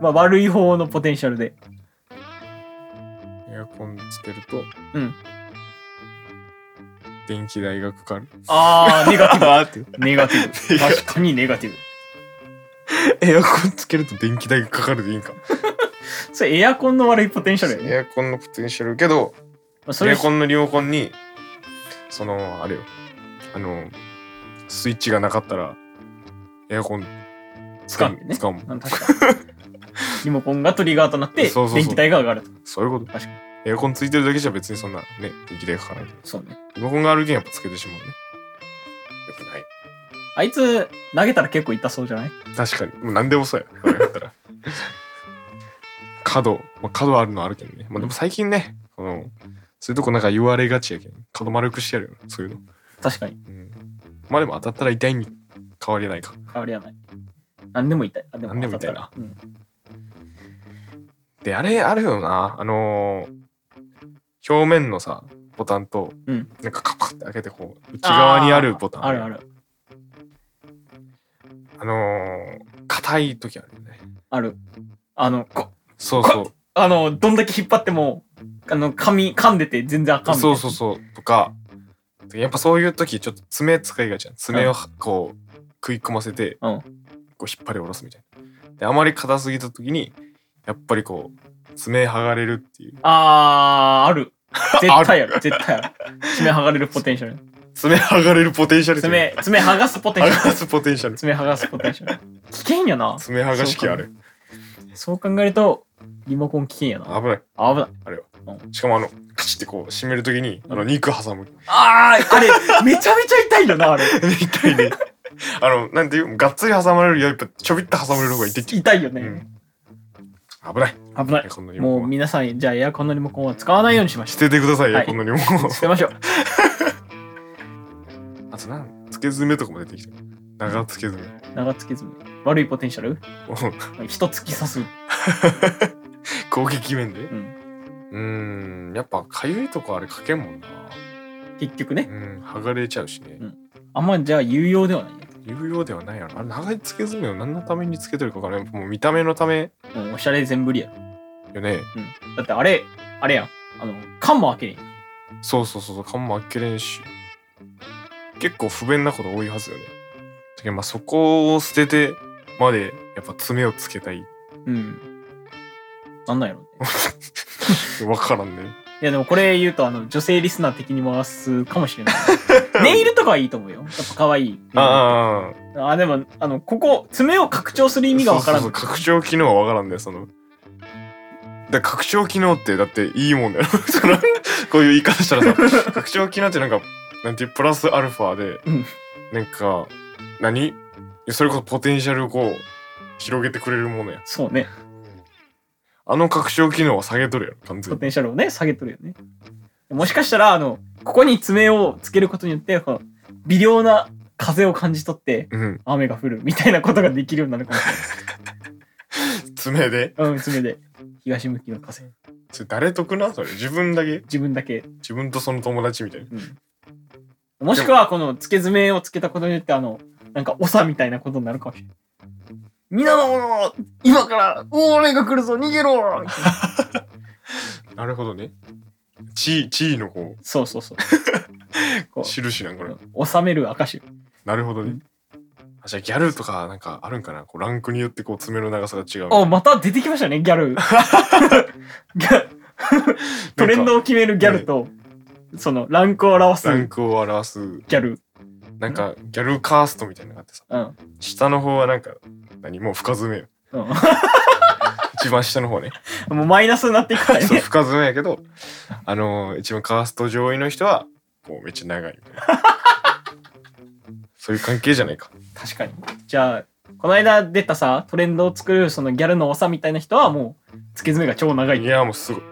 S1: まあ、悪い方のポテンシャルで。
S2: エアコンつけると
S1: うん
S2: 電気代がかかる
S1: あー、ネガティ
S2: あーって
S1: ブ。ネガティブ。確かにネガティブ。
S2: エアコンつけると電気代がかかるでいいんか
S1: それエアコンの悪いポテンシャルやね。
S2: エアコンのポテンシャルけど
S1: まあ、そ
S2: エ
S1: れ
S2: アコンのリモコンにそのあれよあのスイッチがなかったらエアコン
S1: 使うんだよね。
S2: 使うもん
S1: うん確 かに。リモコンがトリガーとなって
S2: そうそうそう
S1: 電気代が上がると。
S2: そういうこと
S1: 確かに
S2: エアコンついてるだけじゃ別にそんなね電気代かからない
S1: そうね。
S2: リモコンがあるけんやっぱつけてしまうねよくない
S1: あいつ投げたら結構痛そうじゃない
S2: 確かにもう何でもそうやこれやったら角、まあ、角あるのはあるけどね、まあ、でも最近ねこのそういうとこなんか言われがちやけん角丸くしてやるよねそういうの、
S1: 確かに。
S2: うん、まあでも当たったら痛いに変わりないか
S1: 変わりはない。何でも痛い。あで
S2: 何でも痛いな
S1: 当たったら
S2: であれあるよなあのー表面のさボタンと、
S1: うん
S2: なんかカパって開けてこう内側にあるボタン
S1: あるある。
S2: あのー硬い時あるよね
S1: ある。あの、こ
S2: そうそう
S1: あの、どんだけ引っ張っても、あの、噛み、噛んでて全然あかんみたい
S2: そ
S1: な。
S2: うそうそうとかやっぱそういう時ちょっと爪使いがちじゃん爪をこう食い込ませて、
S1: うん
S2: こう引っ張り下ろすみたいなであまり硬すぎた時にやっぱりこう爪剥がれるっていう
S1: あー、あ る。絶対ある。絶対ある。爪剥がれるポテンシャ ル。
S2: 爪剥がれるポテンシャルっていう
S1: 爪、爪剥がすポテンシ
S2: 剥
S1: ャ
S2: が
S1: ル。
S2: すポテンシャル
S1: 爪剥がすポテンシャル。危険やな。
S2: 爪剥がし器あれ
S1: そう考えると、リモコン危険やな。
S2: 危ない
S1: 危ない。
S2: しかもあのカチってこう締める時にあの
S1: うん
S2: 肉挟む
S1: あー、あれ、 めちゃめちゃ痛いよな、あれ。
S2: 痛 いねあのなんていうがっつり挟まれるよりやっぱちょびっと挟まれる方が痛いっち
S1: 痛いよ
S2: ゃう、う
S1: ね。
S2: ん、危ない
S1: 危ない。
S2: こんなリモコ
S1: も
S2: ン
S1: う
S2: は
S1: 皆さん、じゃあエアコンのリモコンは使わないようにしまし
S2: 捨ててくださいよ、
S1: はい
S2: こんなリモコン
S1: ょう。捨てましょう。
S2: あとなんつけ爪とかも出てきた。長つけ爪。 うん
S1: 長つけずに。悪いポテンシャル人突き刺す。
S2: 攻撃面で。う
S1: うん。
S2: ーん、やっぱかゆいとこあれかけんもんな。
S1: 結局
S2: う
S1: ね。
S2: ん、剥がれちゃうしね。
S1: あんまじゃあ有用ではない。
S2: 有用ではないやろ。あれ長いつけ爪を何のためにつけてるかわからない。もう見た目のため
S1: うん、おしゃれ全振りや。
S2: よね。
S1: だってあれ、あれやん。あの、缶も開けん。
S2: そうそうそうそう、缶も開けれんし。結構不便なこと多いはずよね。だけどまあそこを捨ててまでやっぱ爪をつけたい。
S1: うん。なんなんやろね。
S2: わからんね。
S1: いやでもこれ言うと、あの、女性リスナー的に回すかもしれない。 ネイルとかはいいと思うよ。やっぱ可愛い。
S2: ああ。
S1: あでも、あの、ここ、爪を拡張する意味がわからん。
S2: そうそうそう拡張機能はわからんねそのだ拡張機能ってだっていいもんだよ そのこういう言い方したら さ拡張機能ってなんかなんていうプラスアルファで、
S1: うん
S2: なんか何それこそポテンシャルをこう広げてくれるものや
S1: そうね。
S2: あの拡張機能は下げとるやろ完全
S1: ポ
S2: に
S1: テンシャルをね、下げとるよね。もしかしたら、あの、ここに爪をつけることによって、この微量な風を感じ取って、
S2: うん
S1: 雨が降るみたいなことができるようになるかもし
S2: 爪
S1: れ
S2: で
S1: ない。うん、爪で。東向きの風。
S2: それ誰得なそれ自分だけ
S1: 自分だけ。
S2: 自分とその友達みたいな
S1: うん。もしくは、この付け爪をつけたことによって、あの、なんか、長みたいなことになるかもしれない。皆の者今から大雨が来るぞ逃げろ
S2: なるほどね地位地位のこ
S1: そうそう そう。こ
S2: う
S1: う
S2: 印なんかな
S1: 収める証。
S2: なるほど
S1: う
S2: ね
S1: ん。
S2: あじゃあギャルとかなんかあるんかなこうランクによってこう爪の長さが違う。
S1: お、また出てきましたね、ギャ ル。ギャトレンドを決めるギャルと、その、ランクを表す
S2: ラン
S1: ギ
S2: クを表す、
S1: ャル。
S2: なんかギャルカーストみたいなのがあってさ、
S1: うん。
S2: 下の方はなんか、何もう深爪よ。一番下の 方ね。
S1: うん、もうマイナスになっていくから
S2: そう、
S1: ね。
S2: 深爪やけど、あのー一番カースト上位の人は、こうめっちゃ長い みたいな。そういう関係じゃないか。
S1: 確かに。じゃあ、この間出たさ、トレンドを作る、そのギャルの長みたいな人は、もう、付け爪が超長い
S2: い。や、もうすごい。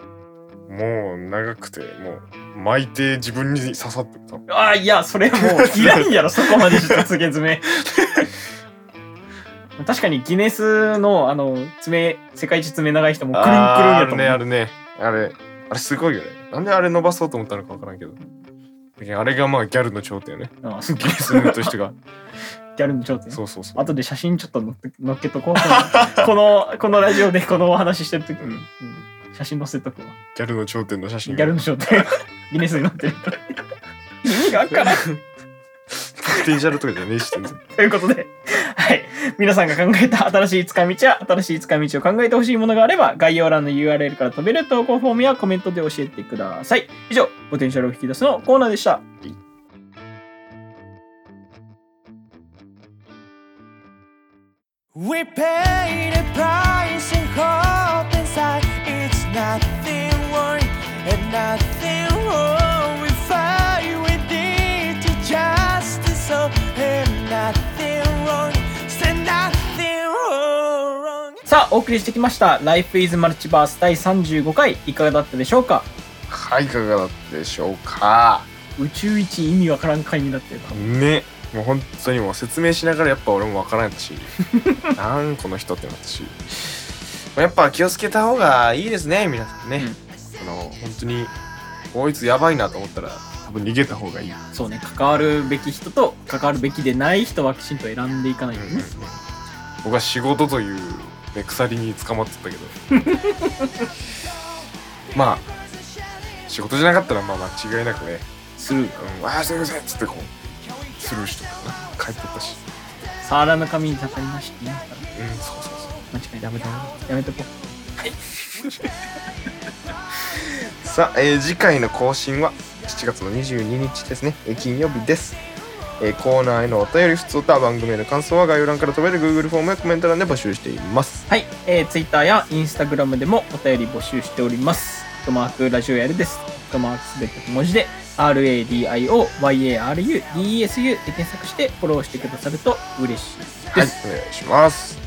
S2: もう長くて、もう巻いて自分に刺さってた。
S1: ああ、いや、それもう、いらんやろ、そこまでしてつけ爪。 確かにギネスの、あの、爪、世界一爪長い人もくるんくるん
S2: あー
S1: や
S2: あ
S1: と思
S2: る
S1: う
S2: ねあるねあれあれすごいよねなんであれ伸ばそうと思ったのか分からんけどあれがまあギャルの頂点よね。
S1: あすっげ
S2: ギリスムとし てが。
S1: ギャルの頂点。
S2: そうそうそう。
S1: 後で写真ちょっと載って載っけとこう。この、このラジオでこのお話ししてる時に、うん写真載せとくわ。
S2: ギャルの頂点の写
S1: ギ
S2: 真。
S1: ャルの頂点。 ギネスになってる。意味がわからん。
S2: ポテンシャルとかじゃねえし、全然
S1: ということで、はい。皆さんが考えた新しい使い道や新しい使い道を考えてほしいものがあれば、概要欄の URL から飛べる投稿フォームやコメントで教えてください。以上、ポテンシャルを引き出すのコーナーでした。
S3: We pay the price and hope inside it's nothing wrong and nothing wrong. We fight with it to justice oh, and nothing wrong. Say nothing wrong.
S1: さあ、お送りしてきました。Life is Multiverse 第35回、いかがだったでしょうか
S2: はい、いかがだったでしょうか。
S1: 宇宙一意味わからん回になってるから
S2: ね。もう本当にもう説明しながらやっぱ俺もわからん しなんこの人ってなったしまあやっぱ気をつけた方がいいですね皆さんね、あの本当にこいつやばいなと思ったら多分逃げた方がいい、うん
S1: そうね、関わるべき人と関わるべきでない人はきちんと選んでいかないとね。
S2: 僕は仕事という、ね、鎖に捕まってたけど まあ仕事じゃなかったらまあ間違いなくね
S1: する。
S2: 「うん、ああすいません」っつってこうスルーしとったかな帰っとったし
S1: 触らぬ髪に刺さりましていますから、
S2: うんそうそうそう
S1: 間違いダメだ。やめとこう。
S2: さあ、えー次回の更新は7月の22日ですね、えー金曜日です、えーコーナーへのお便り普通た番組への感想は概要欄から飛べる Google フォームやコメント欄で募集しています
S1: はい、えー、Twitter や Instagram でもお便り募集しております。トマークラジオやるです。トマークすべて小文字で RADIOYARUDESU で検索してフォローしてくださると嬉しいです。
S2: はいお願いします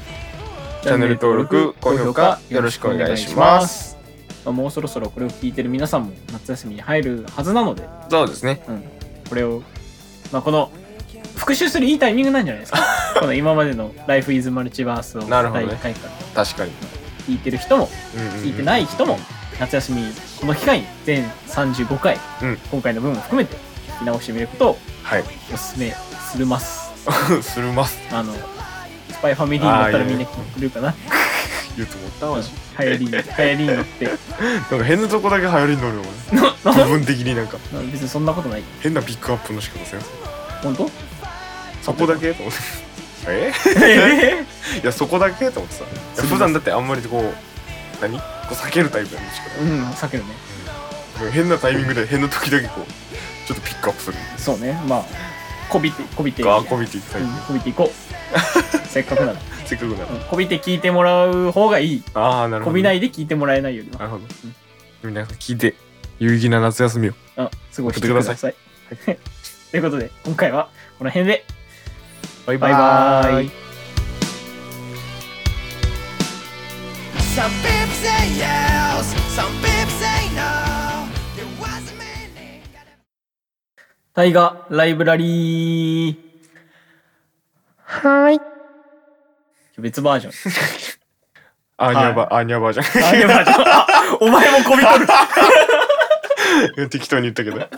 S2: チャンネル登録高評価よろしくお願いします。
S1: まあもうそろそろこれを聞いてる皆さんも夏休みに入るはずなので、
S2: そうですね
S1: うん、これを、まあ、この復習するいいタイミングなんじゃないです かこの今までの「Life is Multiverse」を
S2: なるほど
S1: 第
S2: ね
S1: 1回から
S2: 確かに、
S1: 聞いてる人も
S2: うんうんうん
S1: 聞いてない人も夏休みこの機会に全35回、
S2: うん
S1: 今回の分も含めて聞き直してみることを
S2: はい
S1: おすすめするます
S2: するます
S1: あのスパイファミリーに乗ったらみんな聞いてるかな
S2: 言うと思った
S1: 流
S2: わ
S1: 行りに流行りに乗って
S2: なんか変なとこだけ流行りに乗るよ ね部分的になんか
S1: まあ別にそんなことない
S2: 変なピックアップの仕方せん
S1: 本当
S2: そこだ けと思ってえ
S1: え
S2: いやそこだけと思ってさいや普段だってあんまりこう何こう避けるタイプやんしか
S1: ーうん避けるね
S2: 変なタイミングで変な時だけこうちょっとピックアップする
S1: そうねまあこびてこびて
S2: ガーこびていくタイ
S1: う
S2: プ、
S1: ん、こびていこう せっかくなら、
S2: せっかくなら、
S1: うんこびて聞いてもらう方がいい
S2: ああなるほ
S1: こ
S2: ど
S1: びないいで聞いてもらえないより
S2: な
S1: は、
S2: るほど、みんな聞いて有意義な夏休みを
S1: あ過ごしてください ということで今回はこの辺で
S2: バイ
S1: バイバーイ
S3: Some people say yes, some people say no. There was a minute.
S1: タイガライブラリー
S2: はい
S1: 別バージョン
S2: アーニャバ、アーニャバじゃ
S1: あいやバージョンあお前もこびとる
S2: ん適当に言ったけどはい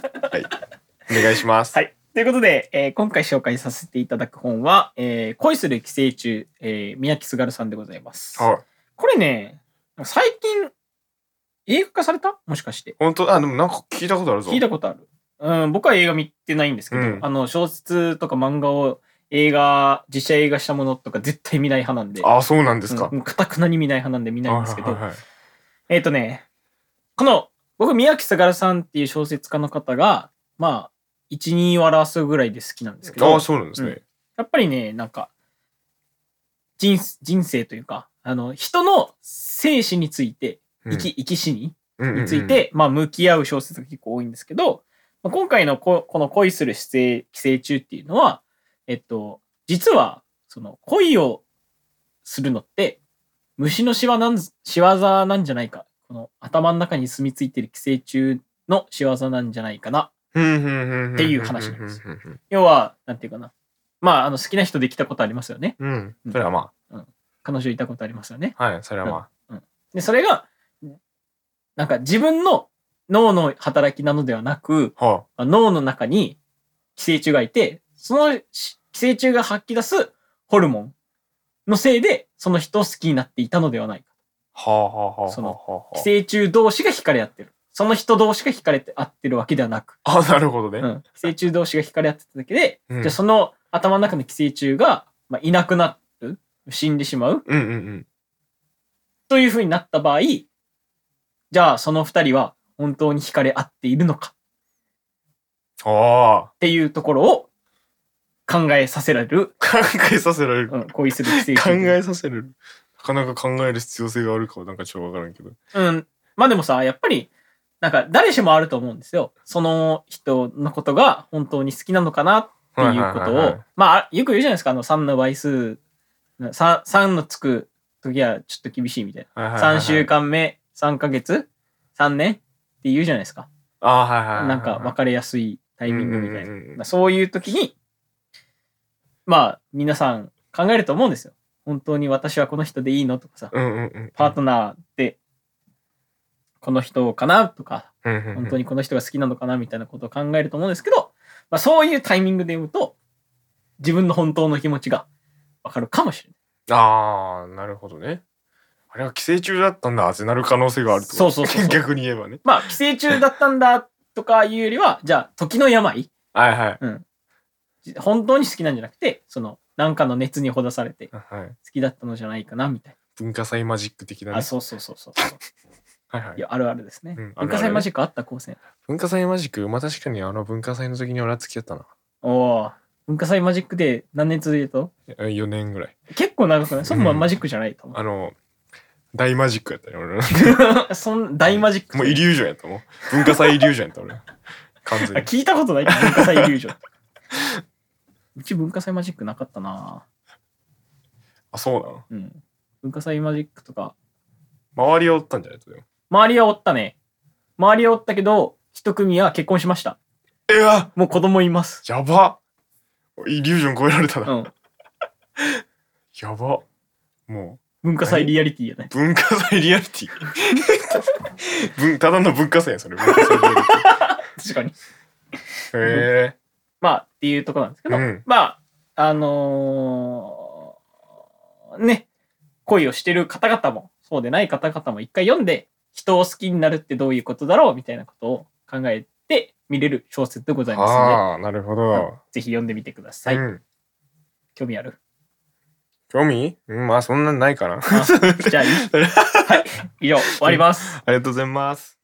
S2: お願いします
S1: はいということで、えー今回紹介させていただく本は「えー恋する寄生虫」えー宮城すがるさんでございます
S2: はい
S1: これね最近映画化されたもしかして
S2: 本当あでもなんか聞いたことあるぞ
S1: 聞いたことある。うん、僕は映画見てないんですけど、
S2: うん
S1: あの小説とか漫画を映画実写映画したものとか絶対見ない派なんで
S2: あそうなんですか、
S1: うんもうかたくなに見ない派なんで見ないんですけど、
S2: はいはいはい
S1: えっ、とねこの僕宮城らさんっていう小説家の方がまあ12を表すぐらいで好きなんですけ
S2: あ
S1: ど
S2: あそうなんですね、
S1: やっぱりねなんか人人生というかあの人の生死について
S2: うん
S1: 生き,、生き死に
S2: うんうんうん
S1: について、まあ、向き合う小説が結構多いんですけど、まあ、今回のここの恋する寄生寄生虫っていうのは、えっと、実は、その恋をするのって、虫の仕業なん仕業なんじゃないか。この頭の中に住み着いてる寄生虫の仕業なんじゃないかな。
S2: っ
S1: っていう話なんです。要は、なんていうかな。まあ、あの、好きな人できたことありますよね。
S2: うん、それはま
S1: 彼女いたことありますよね。
S2: あ、はい、それはま
S1: で、それが、なんか自分の脳の働きなのではなく、
S2: は
S1: まあ脳の中に寄生虫がいて、そのし寄生虫が発揮出すホルモンのせいで、その人を好きになっていたのではないか。
S2: あ、はあ、はあ、はあ、
S1: その
S2: はあ
S1: 寄生虫同士が惹かれ合ってる。その人同士が惹かれて合ってるわけではなく、
S2: あ、なるほど
S1: う
S2: ね。
S1: ん、寄生虫同士が惹かれ合ってただけで、
S2: うん
S1: じゃあその頭の中の寄生虫が、まあ、いなくなる死んでしまう
S2: うん、うん、うん。
S1: というふうになった場合、じゃあその二人は本当に惹かれ合っているのか
S2: ああ
S1: っ。ていうところを考えさせられる、
S2: 考えさせられる。
S1: うん、恋する寄生虫。
S2: 考えさせられる。なかなか考える必要性があるかはなんかちょっとわからんけど。
S1: うん。まあでもさ、やっぱり、なんか誰しもあると思うんですよ。その人のことが本当に好きなのかなっていうこ
S2: は
S1: と
S2: いはいは
S1: を
S2: いはい。
S1: まあ、よく言うじゃないですか。あの、3の倍数、3, 三のつく時はちょっと厳しいみたい
S2: はい
S1: な。
S2: はいはいはい
S1: 3週。間目、3ヶ月、3年って言うじゃないですか。
S2: ああ、はいはいはいはい。
S1: なんか別れやすいタイミングみたい
S2: うんうんうんう
S1: な。
S2: ん
S1: まあそういう時に、まあ、皆さん考えると思うんですよ。本当に私はこの人でいいのとかさ。
S2: うんうんうん。
S1: パートナーってこの人かなとか
S2: うんうんうん。
S1: 本当にこの人が好きなのかなみたいなことを考えると思うんですけど、まあ、そういうタイミングで読むと自分の本当の気持ちがわかるかもしれない。
S2: ああ、なるほどね。あれは寄生虫だったんだってなる可能性があるってこと
S1: そうそうそうそう
S2: 逆に言えばね。
S1: まあ寄生虫だったんだとかいうよりはじゃあ時の病
S2: はいはい。
S1: 本当に好きなんじゃなくてその何かの熱にほだされて好
S2: はい、
S1: きだったのじゃないかなみたい
S2: 文化祭マジック的な
S1: な。
S2: ね。
S1: あそうそうそうそうそう。
S2: はいはい
S1: いやあるあるですね
S2: うんある。ある
S1: 文化祭マジックあった高専。
S2: 文化祭マジック、まあ確かにあの文化祭の時に俺は付き合ったな。
S1: おお文化祭マジックで何年続いたと
S2: え4年ぐらい。
S1: 結構長くないそれも
S2: うん
S1: マジックじゃないと思う
S2: あの、大マジックやったね、俺 の。
S1: そん大マジック。
S2: もうイリュージョンやったもん。文化祭イリュージョンやった俺。完全に。
S1: 聞いたことない文化祭イリュージョン。うち文化祭マジックなかったな
S2: あ、そうなの
S1: うん。文化祭マジックとか。
S2: 周りをおったんじゃないとでも。
S1: 周りはおったね。周りはおったけど、一組は結婚しました。
S2: えわ
S1: もう子供います。
S2: やばイリュージョン超えられた
S1: う
S2: な。
S1: ん。
S2: やば。も
S1: 文化祭リアリティやね
S2: う、。文化祭リアリティ。 文ただの文化祭やん、それ。文化祭リアリテ
S1: 確
S2: ィ
S1: かに。
S2: へえ。
S1: まあ、っていうところなんですけど、
S2: うん
S1: まあ、あのーね、恋をしてる方々も、そうでない方々も一回読んで、人を好きになるってどういうことだろうみたいなことを考えて見れる小説でございますので、
S2: ああ、なるほ
S1: うん
S2: ど。
S1: ぜひ読んでみてください。
S2: うん
S1: 興味あ る
S2: 興味うん、まあそんなんないかな。
S1: あじゃあいいはい、以上、終わります。
S2: ありがとうございます。